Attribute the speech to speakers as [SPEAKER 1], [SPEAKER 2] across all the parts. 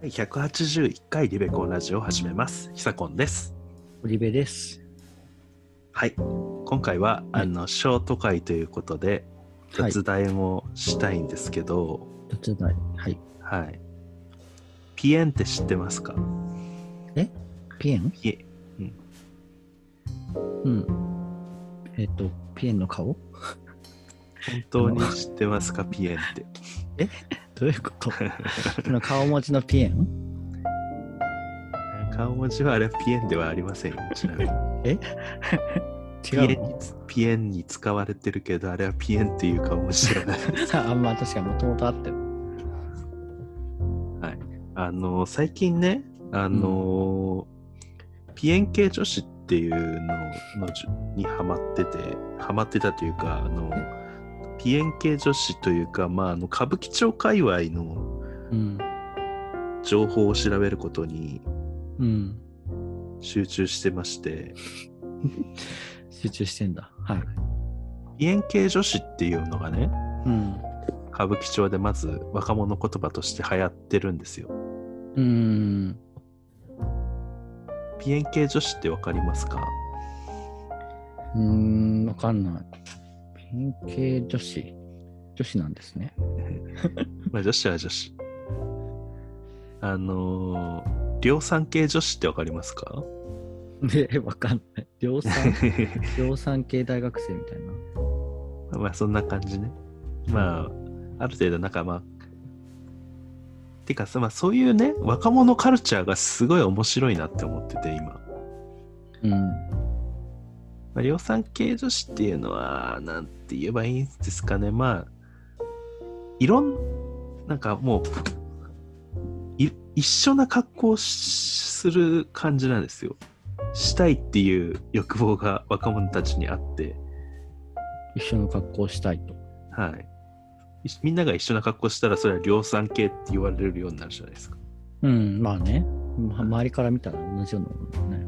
[SPEAKER 1] 第181回リベコンラジオを始めます。ひさこんです。
[SPEAKER 2] オリベです。
[SPEAKER 1] はい。今回は、あの、ショート会ということで、
[SPEAKER 2] はい。
[SPEAKER 1] 雑談もしたいんですけど、
[SPEAKER 2] 雑談。はい。
[SPEAKER 1] はい。ピエンって知ってますか
[SPEAKER 2] ピエン
[SPEAKER 1] ピエ
[SPEAKER 2] うん。えっ、と、ピエンの顔
[SPEAKER 1] 本当に知ってますかピエンって。
[SPEAKER 2] どういうこと その顔文字のピエン
[SPEAKER 1] 顔文字はあれはピエンではありませんよ、ちなみに。ピ
[SPEAKER 2] 違
[SPEAKER 1] エ
[SPEAKER 2] う
[SPEAKER 1] ン
[SPEAKER 2] の
[SPEAKER 1] につピエンに使われてるけど、あれはピエンっていう顔文字じゃない。
[SPEAKER 2] あんまあ確かにもともとあったよ。
[SPEAKER 1] あの最近ねあの、ピエン系女子っていうののじゅにハマっててハマってたというかあのピエン系女子というか、まあ、あの歌舞伎町界隈の
[SPEAKER 2] うん。
[SPEAKER 1] 情報を調べることに
[SPEAKER 2] うん。
[SPEAKER 1] 集中してまして
[SPEAKER 2] 集中してんだ。はい。
[SPEAKER 1] ピエン系女子っていうのがね
[SPEAKER 2] うん。
[SPEAKER 1] 歌舞伎町でまず若者言葉として流行ってるんですよ。
[SPEAKER 2] うーん。
[SPEAKER 1] ピエン系女子ってわかりますか
[SPEAKER 2] うーん、わかんない。ピエン系女子。女子なんですね。
[SPEAKER 1] まあ女子は女子。あのー量産系女子ってわかりますか
[SPEAKER 2] え、わかんない。 量産、量産系大学生みたいな。
[SPEAKER 1] まあそんな感じね。まあ、ある程度なんかまあ、てかさ、まあそういうね、若者カルチャーがすごい面白いなって思ってて今。
[SPEAKER 2] うん。
[SPEAKER 1] まあ、量産系女子っていうのは、なんて言えばいいんですかね。まあ、いろん、なんかもう、い一緒な格好をしする感じなんですよ。したいっていう欲望が若者たちにあって、
[SPEAKER 2] 一緒の格好をしたいと。
[SPEAKER 1] はい。いみんなが一緒な格好したら、それは量産系って言われるようになるじゃないですか。
[SPEAKER 2] うん、まあね。ま周りから見たら同じようなもんだよね。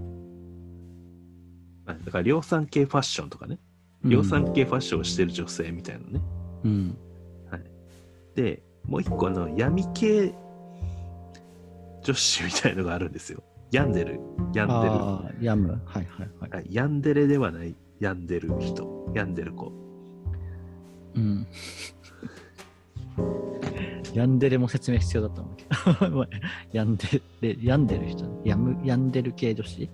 [SPEAKER 1] まあだから量産系ファッションとかね、
[SPEAKER 2] うん
[SPEAKER 1] 量産系ファッションをしてる女性みたいなね。
[SPEAKER 2] うん。
[SPEAKER 1] でもう一個の闇系女子みたいのがあるんですよ。病んでる。病んでる。
[SPEAKER 2] ああ、やむ。はいはいはい。
[SPEAKER 1] あ病んでれではない。病んでる人。病んでる子。
[SPEAKER 2] うん。ヤンデレも説明必要だったんだけ ど。ヤンデレ、ヤンデレ人、やむ、ヤンデル系女子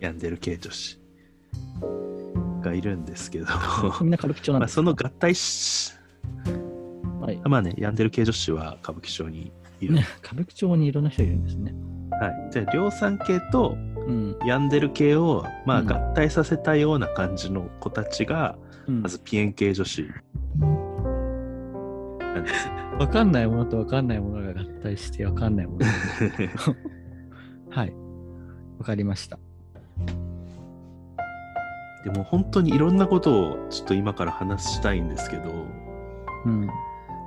[SPEAKER 1] 病んでる系女子がいるんですけど、
[SPEAKER 2] みんな歌舞伎町なん
[SPEAKER 1] まあ
[SPEAKER 2] です
[SPEAKER 1] そ
[SPEAKER 2] か
[SPEAKER 1] の合体し、
[SPEAKER 2] はい、
[SPEAKER 1] まあね、病んでる系女子は歌舞伎町にいる。
[SPEAKER 2] ね歌舞伎町にいろんな人いるんですね。
[SPEAKER 1] はい。じゃあ、量産系と
[SPEAKER 2] うん。
[SPEAKER 1] 病んでる系を、まあ、
[SPEAKER 2] うん
[SPEAKER 1] 合体させたような感じの子たちが、
[SPEAKER 2] うん
[SPEAKER 1] まずピエン系女子なんですよ
[SPEAKER 2] わかんないものとわかんないものが合体してわかんないもの。はい。わかりました。
[SPEAKER 1] でも本当にいろんなことをちょっと今から話したいんですけど、
[SPEAKER 2] うん。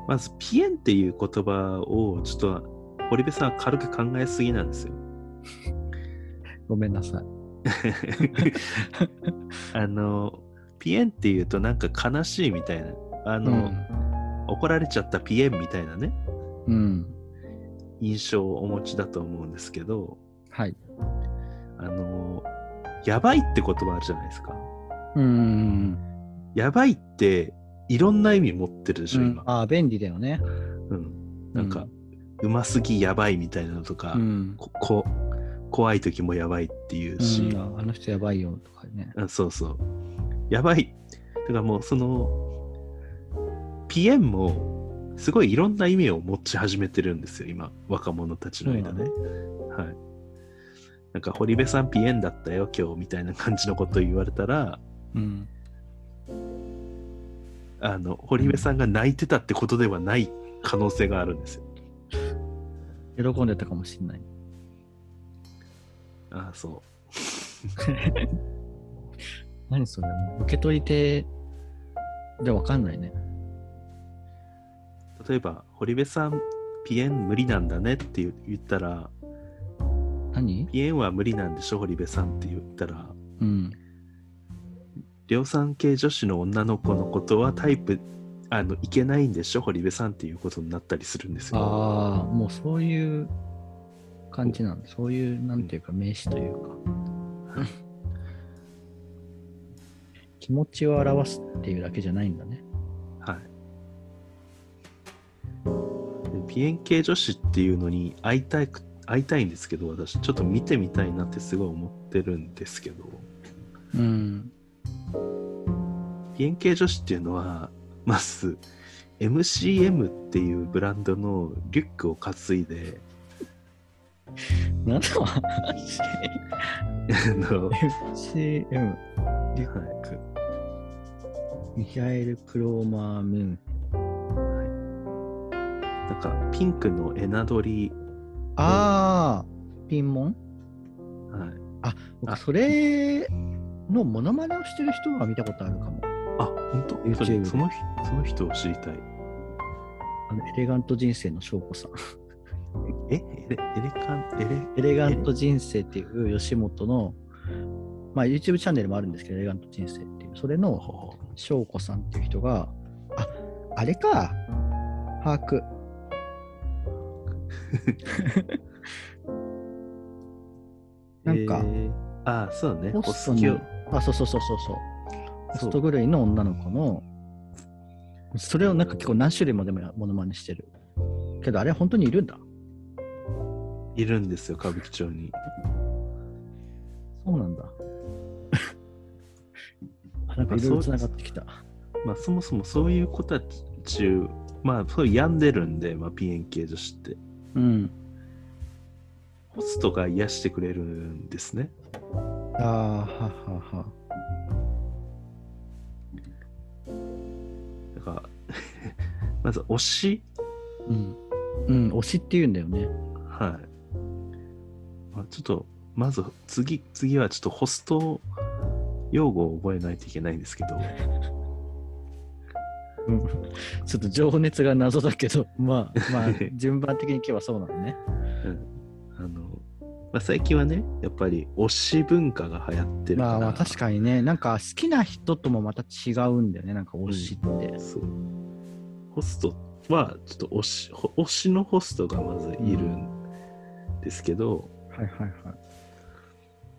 [SPEAKER 1] まずピエンっていう言葉をちょっと堀部さんは軽く考えすぎなん ですよ。
[SPEAKER 2] ごめんなさい。
[SPEAKER 1] あの、ピエンっていうとなんか悲しいみたいな、あの、怒られちゃったピエンみたいなね、
[SPEAKER 2] うん。うん。
[SPEAKER 1] 印象をお持ちだと思うんですけど、
[SPEAKER 2] はい。
[SPEAKER 1] あの、やばいって言葉あるじゃないですか。
[SPEAKER 2] うーん。
[SPEAKER 1] やばいっていろんな意味持ってるでしょ、今。
[SPEAKER 2] ああ、便利だよね。
[SPEAKER 1] うん。なんか、うますぎやばいみたいなのとか、
[SPEAKER 2] うん。
[SPEAKER 1] ここ怖い時もやばいっていうし、
[SPEAKER 2] うん、ああの人やばいよとかね。
[SPEAKER 1] あそうそうやばいだからもうそのピエンもすごいいろんな意味を持ち始めてるんですよ今若者たちの間ね、はいなんか堀部さんピエンだったよ今日みたいな感じのこと言われたら
[SPEAKER 2] うん。
[SPEAKER 1] あの堀部さんが泣いてたってことではない可能性があるんですよ
[SPEAKER 2] 喜んでたかもしれない。
[SPEAKER 1] あそう
[SPEAKER 2] 何それもう受け取り手でわかんないね。
[SPEAKER 1] 例えば堀部さんピエン無理なんだねって言言ったら
[SPEAKER 2] 何
[SPEAKER 1] ピエンは無理なんでしょ堀部さんって言ったら
[SPEAKER 2] うん。
[SPEAKER 1] 量産系女子の女の子のことはタイプあのいけないんでしょ堀部さんっていうことになったりするんですよ。
[SPEAKER 2] ああ、もうそういう感じなんで、そういう、なんていうか、名詞 というか、気持ちを表すっていうだけじゃないんだね。
[SPEAKER 1] はい。ピエン系女子っていうのに会いたいく、会いたいんですけど、私、ちょっと見てみたいなってすごい思ってるんですけど、
[SPEAKER 2] うん。
[SPEAKER 1] ピエン系女子っていうのは、まず、MCM っていうブランドのリュックを担いで、
[SPEAKER 2] なんだ話
[SPEAKER 1] あの、は
[SPEAKER 2] ?FCM、
[SPEAKER 1] い、
[SPEAKER 2] ミヒャエル・クローマー・ムーン。
[SPEAKER 1] なんか、ピンクのエナドリ、
[SPEAKER 2] あー、ピンモン
[SPEAKER 1] はい。あ
[SPEAKER 2] 僕、それのモノマネをしてる人は見たことあるかも。
[SPEAKER 1] あ、本当
[SPEAKER 2] YouTube
[SPEAKER 1] それ
[SPEAKER 2] で
[SPEAKER 1] その人その人を知りたい。
[SPEAKER 2] あのエレガント人生の翔子さん。
[SPEAKER 1] えエレエレカン、エレ、
[SPEAKER 2] エレガント人生っていう吉本の、まあ、YouTube チャンネルもあるんですけど、エレガント人生っていう、それの
[SPEAKER 1] ほう
[SPEAKER 2] 翔子さんっていう人が、あ、あれか、把握。なんか
[SPEAKER 1] えーあ、そうだね。
[SPEAKER 2] ホ
[SPEAKER 1] お
[SPEAKER 2] スト
[SPEAKER 1] 好きを
[SPEAKER 2] の。、あ、そうそうそうそうそう。ホ
[SPEAKER 1] そ
[SPEAKER 2] ス
[SPEAKER 1] う
[SPEAKER 2] ト狂いの女の子の、それをなんか結構何種類もでもやモノマネしてる。けど、あれ本当にいるんだ。
[SPEAKER 1] いるんですよ、歌舞伎町に。
[SPEAKER 2] そうなんだ。あ なんかいろいろつながってきた。
[SPEAKER 1] まあ、そもそもそういう子たちを、まあ、そう病んでるんで、まあ、PN 系女子って。
[SPEAKER 2] うん。
[SPEAKER 1] ホストが癒してくれるんですね。
[SPEAKER 2] ああ、ははは。
[SPEAKER 1] だから、 まず推し、
[SPEAKER 2] うん。うん、推しって言うんだよね。
[SPEAKER 1] はい。まあ、ちょっと、まず、次、次はちょっとホスト用語を覚えないといけないんですけど。
[SPEAKER 2] ちょっと情熱が謎だけど、 まあ、まあ、順番的にいけばそうなのね。
[SPEAKER 1] あの、まあ、最近はね、やっぱり推し文化が流行ってるから。
[SPEAKER 2] まあ、まあ確かにね、なんか好きな人ともまた違うんだよね、なんか推しって。
[SPEAKER 1] そう。ホストは、ちょっと推し、ほ推しのホストがまずいるんですけど、
[SPEAKER 2] はいはいは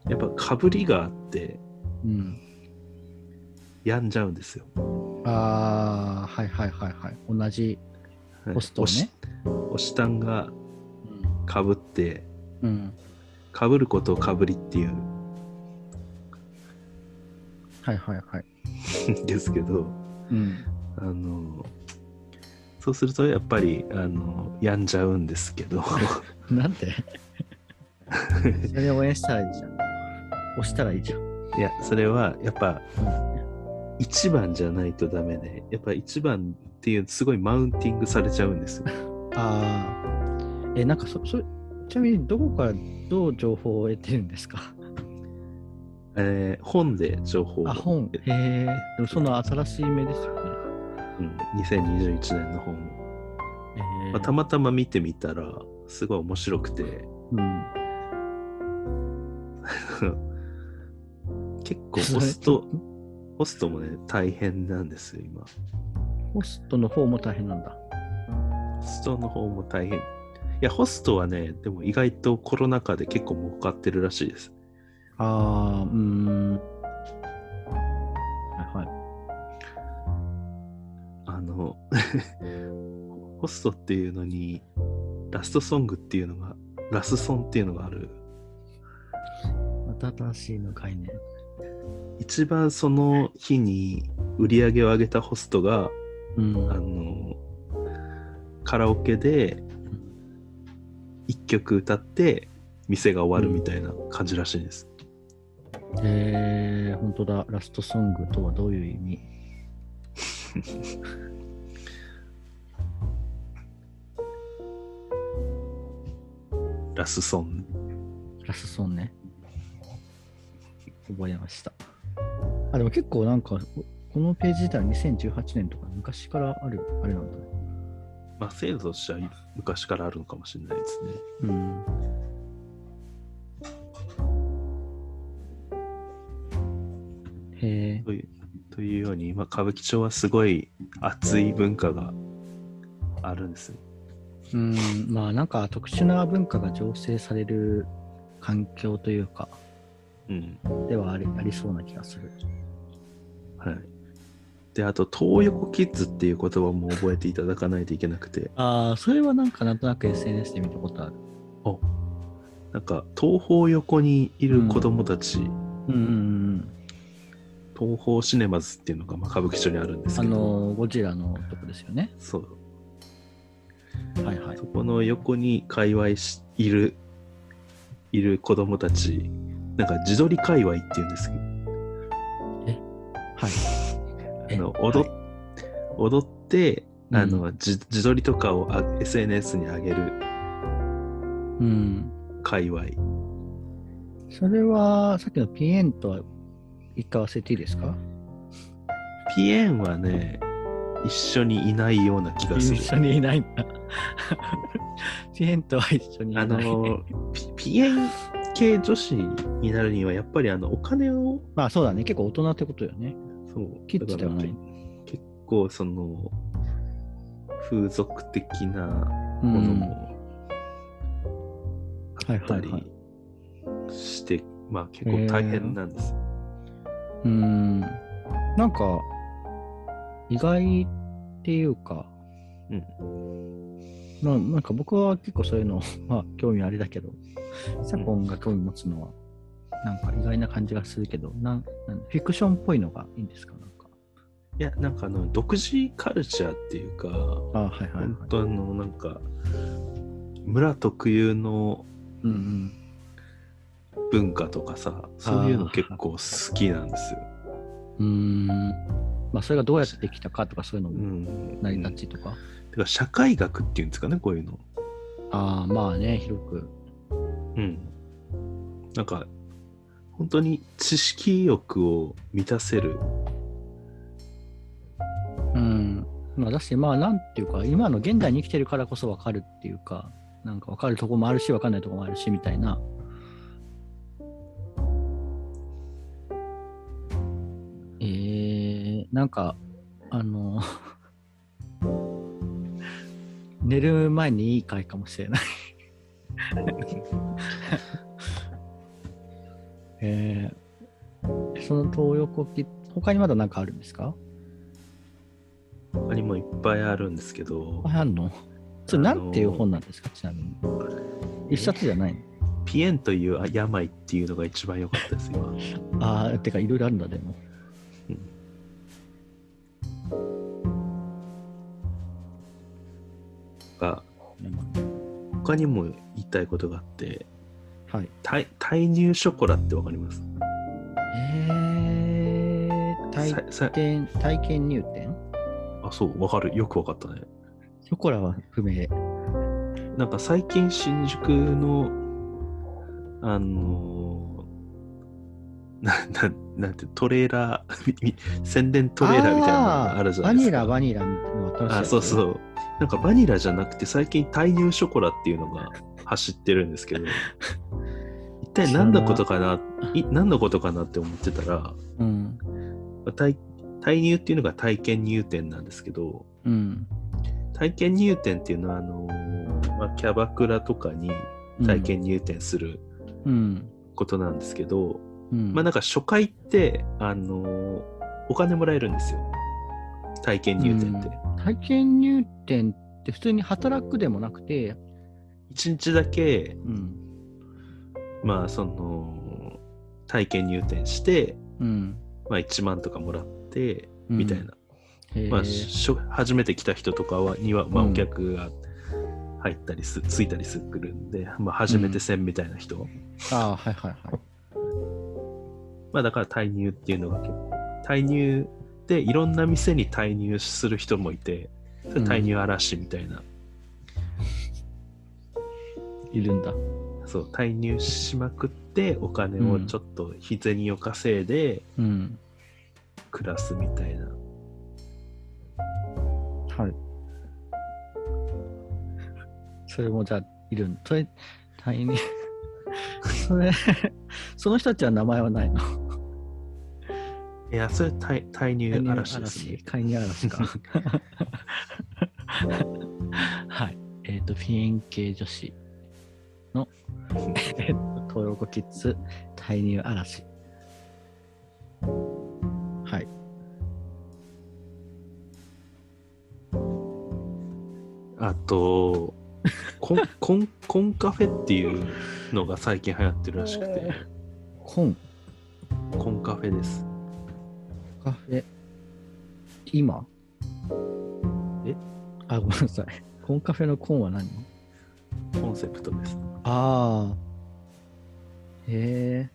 [SPEAKER 2] い。
[SPEAKER 1] やっぱかぶりがあって、
[SPEAKER 2] うん。
[SPEAKER 1] 病んじゃうんですよ。
[SPEAKER 2] ああ、はいはいはいはい。同じ。
[SPEAKER 1] はい
[SPEAKER 2] ホストをね。
[SPEAKER 1] 推し推しタンがかぶって、
[SPEAKER 2] うん。うん。
[SPEAKER 1] かぶることをかぶりっていう
[SPEAKER 2] はいはいはい。
[SPEAKER 1] んですけど、
[SPEAKER 2] うん。
[SPEAKER 1] あの、そうするとやっぱり、あの、病んじゃうんですけど、
[SPEAKER 2] なんでそれで応援したらいいじゃん。押したらいいじゃん。
[SPEAKER 1] いや、それはやっぱ一番じゃないとダメで、やっぱ一番っていうすごいマウンティングされちゃうんですよ。
[SPEAKER 2] ああ。え、なんかそ、それ、ちなみにどこからどう情報を得てるんですか
[SPEAKER 1] えー本で情報を
[SPEAKER 2] あ、本。へえ。でもその新しい目ですよね。
[SPEAKER 1] うん、2021年の本、
[SPEAKER 2] え
[SPEAKER 1] まあたまたま見てみたら、すごい面白くて、
[SPEAKER 2] うん。
[SPEAKER 1] 結構ホスト、ホストもね、大変なんですよ、今。
[SPEAKER 2] ホストの方も大変なんだ。
[SPEAKER 1] ホストの方も大変。いや、ホストはね、でも意外とコロナ禍で結構儲かってるらしいです。
[SPEAKER 2] ああ、うーん。はいはい。
[SPEAKER 1] あの、ホストっていうのに、ラストソングっていうのが、ラスソンっていうのがある。
[SPEAKER 2] また新しいの概念。
[SPEAKER 1] 一番その日に売り上げを上げたホストが、
[SPEAKER 2] うん。
[SPEAKER 1] あの、カラオケで一曲歌って、店が終わるみたいな感じらしいです。
[SPEAKER 2] えー、本当だ。ラストソングとはどういう意味
[SPEAKER 1] ラスソン。
[SPEAKER 2] ラスソンね。覚えました。あ、でも結構なんか、ここのページ自体は2018年とか昔からある、あれなんだね。
[SPEAKER 1] まあ、制度としては昔からあるのかもしれないですね。
[SPEAKER 2] うん。へえ。
[SPEAKER 1] というというように、今、歌舞伎町はすごい熱い文化があるんですよ
[SPEAKER 2] うん、まあなんか特殊な文化が醸成される環境というか、
[SPEAKER 1] うん。
[SPEAKER 2] ではありありそうな気がする。
[SPEAKER 1] はい。で、あと、東横キッズっていう言葉も覚えていただかないといけなくて、
[SPEAKER 2] ああ、それはなんかなんとなく SNS で見たことある。
[SPEAKER 1] なんか、東方横にいる子供たち、
[SPEAKER 2] うんうんうん。
[SPEAKER 1] 東方シネマズっていうのが、まあ、歌舞伎町にあるんです
[SPEAKER 2] あ
[SPEAKER 1] けど、
[SPEAKER 2] の、ゴジラのとこですよね。
[SPEAKER 1] そう。
[SPEAKER 2] はいはい
[SPEAKER 1] そ。この横に界隈しいる、いる子供たち、なんか自撮り界隈っていうんですけど、
[SPEAKER 2] はい。
[SPEAKER 1] あの
[SPEAKER 2] え
[SPEAKER 1] 踊っ踊って、あの、
[SPEAKER 2] う
[SPEAKER 1] 自自撮りとかをあ SNS に上げる
[SPEAKER 2] うん。
[SPEAKER 1] 界隈。
[SPEAKER 2] それは、さっきのピエンとは一回忘れていいですか
[SPEAKER 1] ピエンはね、一緒にいないような気がす
[SPEAKER 2] 一
[SPEAKER 1] る。
[SPEAKER 2] 緒にいない んだ。ピエンとは一緒にいな
[SPEAKER 1] あ
[SPEAKER 2] い。
[SPEAKER 1] の、ピピエン系女子になるには、やっぱりあの、お金を、
[SPEAKER 2] まあそうだね。結構大人ってことよね。
[SPEAKER 1] そう、
[SPEAKER 2] キッズではない
[SPEAKER 1] だからけ結構、その、風俗的な
[SPEAKER 2] う
[SPEAKER 1] もの
[SPEAKER 2] ん。
[SPEAKER 1] も
[SPEAKER 2] はい
[SPEAKER 1] あった
[SPEAKER 2] はい
[SPEAKER 1] り
[SPEAKER 2] はい。
[SPEAKER 1] して、まあ結構大変なんです。
[SPEAKER 2] うん。なんか、意外っていうか、
[SPEAKER 1] うん
[SPEAKER 2] ななんか僕は結構そういうの、 まあ興味あれだけど、左近が興味持つのは、なんか意外な感じがするけど、なんなんフィクションっぽいのがいいんですかなんか。
[SPEAKER 1] いや、なんかあの、独自カルチャーっていうか、
[SPEAKER 2] あはいはいはい。
[SPEAKER 1] 本当あの、なんか、村特有の
[SPEAKER 2] うんうん。
[SPEAKER 1] 文化とかさ、そういうの結構好きなんですよ。
[SPEAKER 2] うーん。まあ、それがどうやってできたかとか、そういうの
[SPEAKER 1] う
[SPEAKER 2] も
[SPEAKER 1] ん。
[SPEAKER 2] 成り立ちとか。
[SPEAKER 1] てか、社会学っていうんですかね、こういうの。
[SPEAKER 2] ああ、まあね、広く。
[SPEAKER 1] うん。なんか、本当に知識欲を満たせる。
[SPEAKER 2] うん。まあ、だし、まあ、なんていうか、今の現代に生きてるからこそ分かるっていうか、なんか分かるとこもあるし、分かんないとこもあるし、みたいな。えー、なんか、あの、 寝る前にいい回かもしれない。 えー、その東横キッズ、他にまだ何かあるんですか
[SPEAKER 1] 他にもいっぱいあるんですけど、
[SPEAKER 2] あんのそれなんていう本なんですか、ちなみに。一冊じゃないの
[SPEAKER 1] ピエンという病っていうのが一番良かったです、今。
[SPEAKER 2] ああ、てかいろいろあるんだ、でも。
[SPEAKER 1] が他にも言いたいことがあって、
[SPEAKER 2] はい。
[SPEAKER 1] タイ退乳ショコラってわかります
[SPEAKER 2] えー、体
[SPEAKER 1] ささ
[SPEAKER 2] 験、体験入店
[SPEAKER 1] あ、そう、わかる。よくわかったね。
[SPEAKER 2] ショコラは不明。
[SPEAKER 1] なんか最近新宿の、あのーな、な、なんて、トレーラー、みみ宣伝トレーラーみたいなのがあるじゃないですか。
[SPEAKER 2] あーバニラ、バニラみたいなの新しい
[SPEAKER 1] あ、そう
[SPEAKER 2] う。
[SPEAKER 1] そう。なんかバニラじゃなくて最近退乳ショコラっていうのが走ってるんです けど、一体何のことかな、い何のことかなって思ってたら、
[SPEAKER 2] うん。
[SPEAKER 1] 体体入っていうのが体験入店なんですけど
[SPEAKER 2] うん。
[SPEAKER 1] 体験入店っていうのはあのーまあ、キャバクラとかに体験入店する
[SPEAKER 2] うん。
[SPEAKER 1] ことなんですけど、
[SPEAKER 2] うん。
[SPEAKER 1] まあなんか初回って、あのーお金もらえるんですよ体験入店って、
[SPEAKER 2] 体験入店って普通に働くでもなくて、
[SPEAKER 1] 一日だけ
[SPEAKER 2] うん。
[SPEAKER 1] まあその体験入店して、
[SPEAKER 2] うん。
[SPEAKER 1] まあ、1万とかもらってみたいな、
[SPEAKER 2] うん。へー
[SPEAKER 1] まあ、しょ初めて来た人とかはには、まあ、
[SPEAKER 2] うん
[SPEAKER 1] お客が入ったりす、ついたりするんで、まあ、初めてせんみたいな人、
[SPEAKER 2] あーはいはいはい。
[SPEAKER 1] まあ、だから退入っていうのが結構退入でいろんな店に退入する人もいてそれ退入嵐みたいな、
[SPEAKER 2] いるんだ。
[SPEAKER 1] そう退入しまくってお金をちょっと日銭を稼いで
[SPEAKER 2] うん。
[SPEAKER 1] 暮らすみたいな、
[SPEAKER 2] はい。それもじゃあ、いるんそれ、大変 それ、その人たちは名前はないの。
[SPEAKER 1] いやそれ退退入嵐ですね
[SPEAKER 2] 介入嵐か。はい。えっ、と、フィエン系女子の、 えっと、東洋キッズ、退入嵐。はい。
[SPEAKER 1] あと、コ ン、コン、コンカフェっていうのが最近流行ってるらしくて、
[SPEAKER 2] コン、
[SPEAKER 1] コンカフェです。
[SPEAKER 2] カフェ、今
[SPEAKER 1] え
[SPEAKER 2] あ、ごめんなさい。コンカフェのコンは何
[SPEAKER 1] コンセプトです。
[SPEAKER 2] ああ。へえ。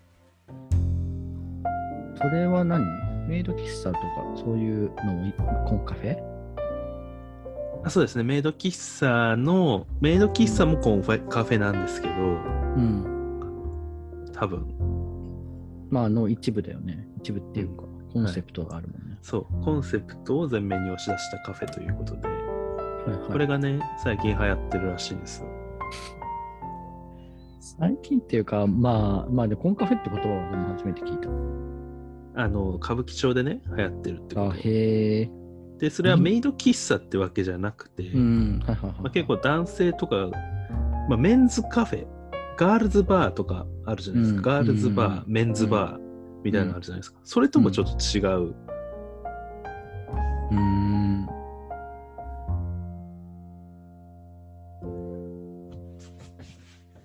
[SPEAKER 2] それは何メイド喫茶とかそういうのもいコンカフェ
[SPEAKER 1] あそうですね、メイド喫茶の、メイド喫茶もコンフェカフェなんですけど、
[SPEAKER 2] うん。
[SPEAKER 1] 多分、
[SPEAKER 2] まあ、の一部だよね。一部っていうか、コンセプトがあるもんね。
[SPEAKER 1] そう、コンセプトを前面に押し出したカフェということで、
[SPEAKER 2] はいはい
[SPEAKER 1] これがね、最近流行ってるらしいです。
[SPEAKER 2] 最近っていうか、まあ、まあ、でコンカフェって言葉はでも初めて聞いた。
[SPEAKER 1] あの、歌舞伎町でね、流行ってるってこ
[SPEAKER 2] あ
[SPEAKER 1] と。
[SPEAKER 2] へえ。
[SPEAKER 1] で、それはメイド喫茶ってわけじゃなくて、
[SPEAKER 2] うん。はいはいはい。
[SPEAKER 1] まあ、結構男性とか、まあ、メンズカフェガールズバーとかあるじゃないですか、
[SPEAKER 2] うん
[SPEAKER 1] ガールズバー、
[SPEAKER 2] う
[SPEAKER 1] メンズバーみたいなのあるじゃないですか、それともちょっと違う、
[SPEAKER 2] うーん。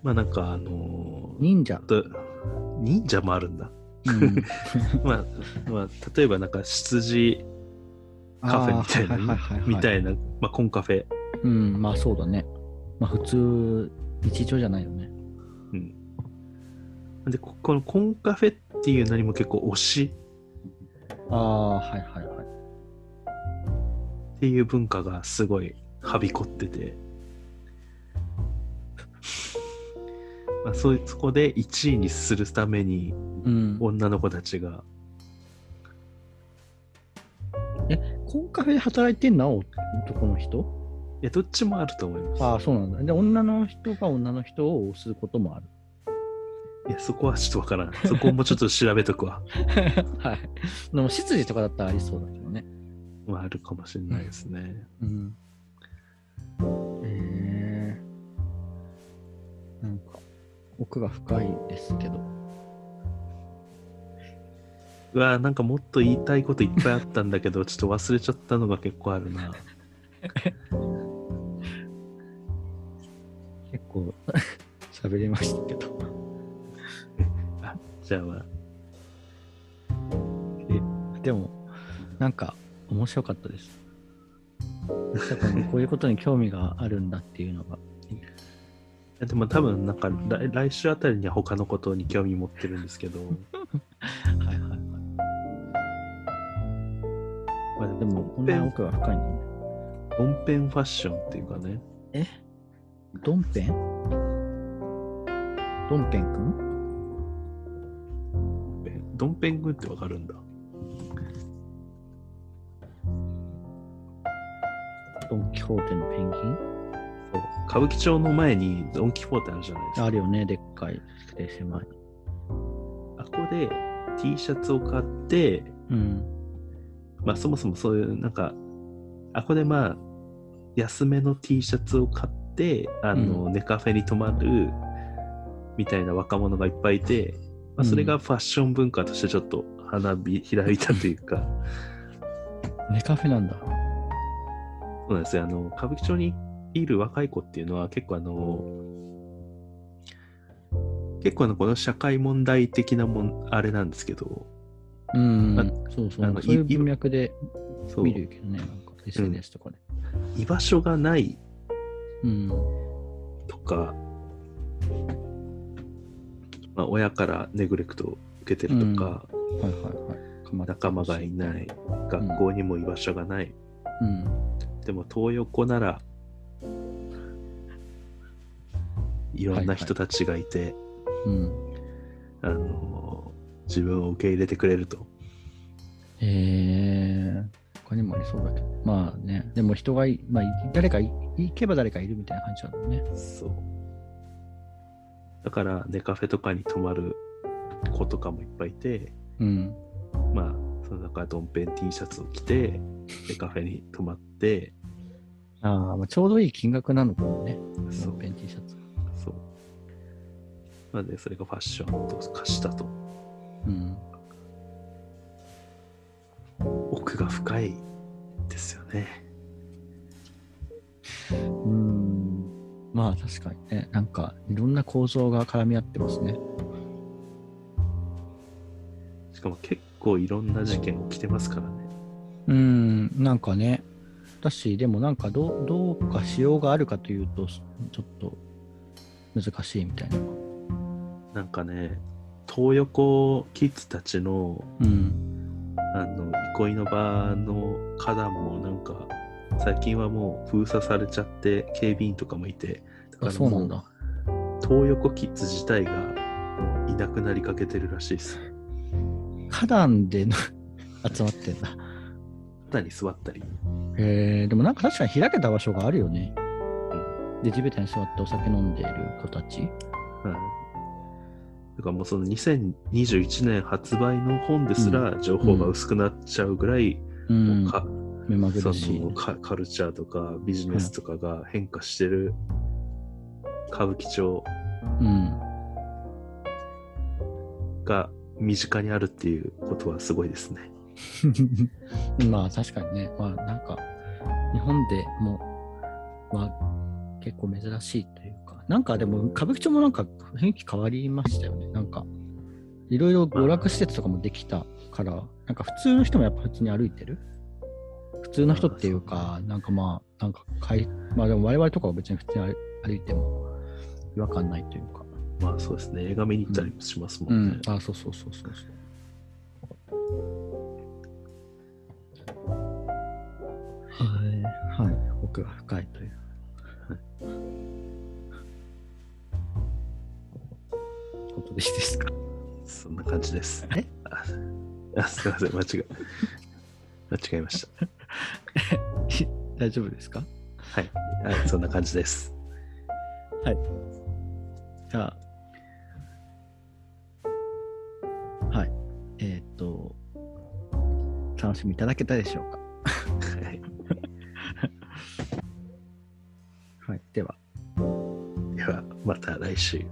[SPEAKER 1] まあなんかあのー
[SPEAKER 2] 忍者。
[SPEAKER 1] と忍者もあるんだ、
[SPEAKER 2] うん、
[SPEAKER 1] まあまあ、例えばなんか羊カフェみたいな
[SPEAKER 2] あーはははは
[SPEAKER 1] みたいな、まあ、コンカフェ
[SPEAKER 2] うん、まあそうだね。まあ普通、日常じゃないよね。
[SPEAKER 1] でここのコンカフェっていうのにも結構推し
[SPEAKER 2] ああ、はいはいはい。
[SPEAKER 1] っていう文化がすごいはびこってて、まあ、そういうそこで1位にするために
[SPEAKER 2] うん、
[SPEAKER 1] 女の子たちが
[SPEAKER 2] コンカフェで働いてんのは男の人
[SPEAKER 1] いやどっちもあると思います
[SPEAKER 2] ああ、そうなんだ。で、女の人が女の人を押すこともある。
[SPEAKER 1] いやそこはちょっとわからないそこもちょっと調べとくわ
[SPEAKER 2] はい。でも、執事とかだったらありそうだけどね。
[SPEAKER 1] まああるかもしれないですね、
[SPEAKER 2] うん。えー、なんか、奥が深いですけど。
[SPEAKER 1] うわなんかもっと言いたいこといっぱいあったんだけどちょっと忘れちゃったのが結構あるな
[SPEAKER 2] 結構、 喋りましたけど。
[SPEAKER 1] じゃあまあ
[SPEAKER 2] でも、なんか面白かったです。なんかもうこういうことに興味があるんだっていうのが。
[SPEAKER 1] でも多分なんか来来週あたりには他のことに興味持ってるんですけど
[SPEAKER 2] はいはいはい。
[SPEAKER 1] まあ
[SPEAKER 2] で
[SPEAKER 1] でも
[SPEAKER 2] も、こんな奥が深いのね。
[SPEAKER 1] 本編ファッションっていうかね
[SPEAKER 2] ドンペンドンペンくん
[SPEAKER 1] ドンペングってわかるんだ。
[SPEAKER 2] ドン・キホーテのペンギン
[SPEAKER 1] そう歌舞伎町の前にドン・キホーテあるじゃないですか。
[SPEAKER 2] あるよね、でっかい。で、狭い。
[SPEAKER 1] あこで T シャツを買って、
[SPEAKER 2] うん。
[SPEAKER 1] まあそもそもそういうなんか、あこでまあ安めの T シャツを買って、あの、
[SPEAKER 2] う
[SPEAKER 1] ネカフェに泊まるみたいな若者がいっぱいいて、まあ、それがファッション文化としてちょっと花火開いたというか、
[SPEAKER 2] ネカフェなんだ。
[SPEAKER 1] そうなんですよ。あの、歌舞伎町にいる若い子っていうのは結構あの、結構あのこの社会問題的なもん、あれなんですけど、
[SPEAKER 2] うん
[SPEAKER 1] あ。
[SPEAKER 2] そうそ
[SPEAKER 1] あ
[SPEAKER 2] う。
[SPEAKER 1] の
[SPEAKER 2] そういう
[SPEAKER 1] い
[SPEAKER 2] 文脈で
[SPEAKER 1] そう
[SPEAKER 2] 見るけどね、なんか SNS とかで。
[SPEAKER 1] 居場所がない
[SPEAKER 2] うん。
[SPEAKER 1] とか、まあ、親からネグレクトを受けてるとか、
[SPEAKER 2] はいはいはい。
[SPEAKER 1] 仲間がいない、学校にも居場所がない、
[SPEAKER 2] うん。
[SPEAKER 1] でも東横ならいろんな人たちがいて、
[SPEAKER 2] うん。
[SPEAKER 1] あの自分を受け入れてくれると。
[SPEAKER 2] へえ他にもありそうだけど。まあね、でも人がい、まあ、い誰かい、行けば誰かいるみたいな感じだもんね。
[SPEAKER 1] そう。だから、ネカフェとかに泊まる子とかもいっぱいいて、
[SPEAKER 2] うん。
[SPEAKER 1] まあ、その中、ドンペン T シャツを着て、ネカフェに泊まって、
[SPEAKER 2] あー、まあ、ちょうどいい金額なのかもね。
[SPEAKER 1] そ
[SPEAKER 2] そうう、ペン T シャツ。
[SPEAKER 1] そうなんでそれがファッションと化したと
[SPEAKER 2] うん。
[SPEAKER 1] 奥が深いですよね
[SPEAKER 2] うん。まあ、確かにね。なんか、いろんな構造が絡み合ってますね。
[SPEAKER 1] しかも結構いろんな事件起きてますからね
[SPEAKER 2] うん、なんかね。だし、でもなんかどう、どうか仕様があるかというと、ちょっと難しいみたいな。
[SPEAKER 1] なんかね東横キッズたちの
[SPEAKER 2] うん。
[SPEAKER 1] あの憩いの場の花壇もなんか最近はもう封鎖されちゃって警備員とかもいてだ
[SPEAKER 2] あそうなんだ。
[SPEAKER 1] もう東横キッズ自体がいなくなりかけてるらしいです
[SPEAKER 2] 花壇での 集まってんだ。
[SPEAKER 1] 肩に座ったり
[SPEAKER 2] えー、でもなんか確かに開けた場所があるよね。で、地べたに座ってお酒飲んでいる子たち。
[SPEAKER 1] はい。だからもうその2021年発売の本ですら情報が薄くなっちゃうぐらい、
[SPEAKER 2] うん
[SPEAKER 1] もう。か
[SPEAKER 2] 目まぐ
[SPEAKER 1] そ
[SPEAKER 2] るしい
[SPEAKER 1] の。カカルチャーとかビジネスとかが変化してる歌舞伎町
[SPEAKER 2] うん。
[SPEAKER 1] が身近にあるっていうことはすごいですね。
[SPEAKER 2] まあ確かにね、まあなんか、日本でも、まあ結構珍しいというか、なんかでも歌舞伎町もなんか雰囲気変わりましたよね。なんか、いろいろ娯楽施設とかもできたから、なんか普通の人もやっぱ普通に歩いてる普通の人っていうか、なんかまあ、なんかかい、まあでも我々とかは別に普通に歩歩いても違和感ないというか。
[SPEAKER 1] まあそうですね。映画見に行ったりもしますも
[SPEAKER 2] うん
[SPEAKER 1] ね。
[SPEAKER 2] ん、あ、そうそうそうそうそう。はい、はい、奥が深いという。ことでいいですか。
[SPEAKER 1] そんな感じです。
[SPEAKER 2] え
[SPEAKER 1] ああすいません、間違え。間違えました。
[SPEAKER 2] 大丈夫ですか。
[SPEAKER 1] はい。はい、そんな感じです。
[SPEAKER 2] じゃあ。はい、えっ、と。楽しみいただけたでしょうか。
[SPEAKER 1] はい。
[SPEAKER 2] はい、では。
[SPEAKER 1] では、また来週。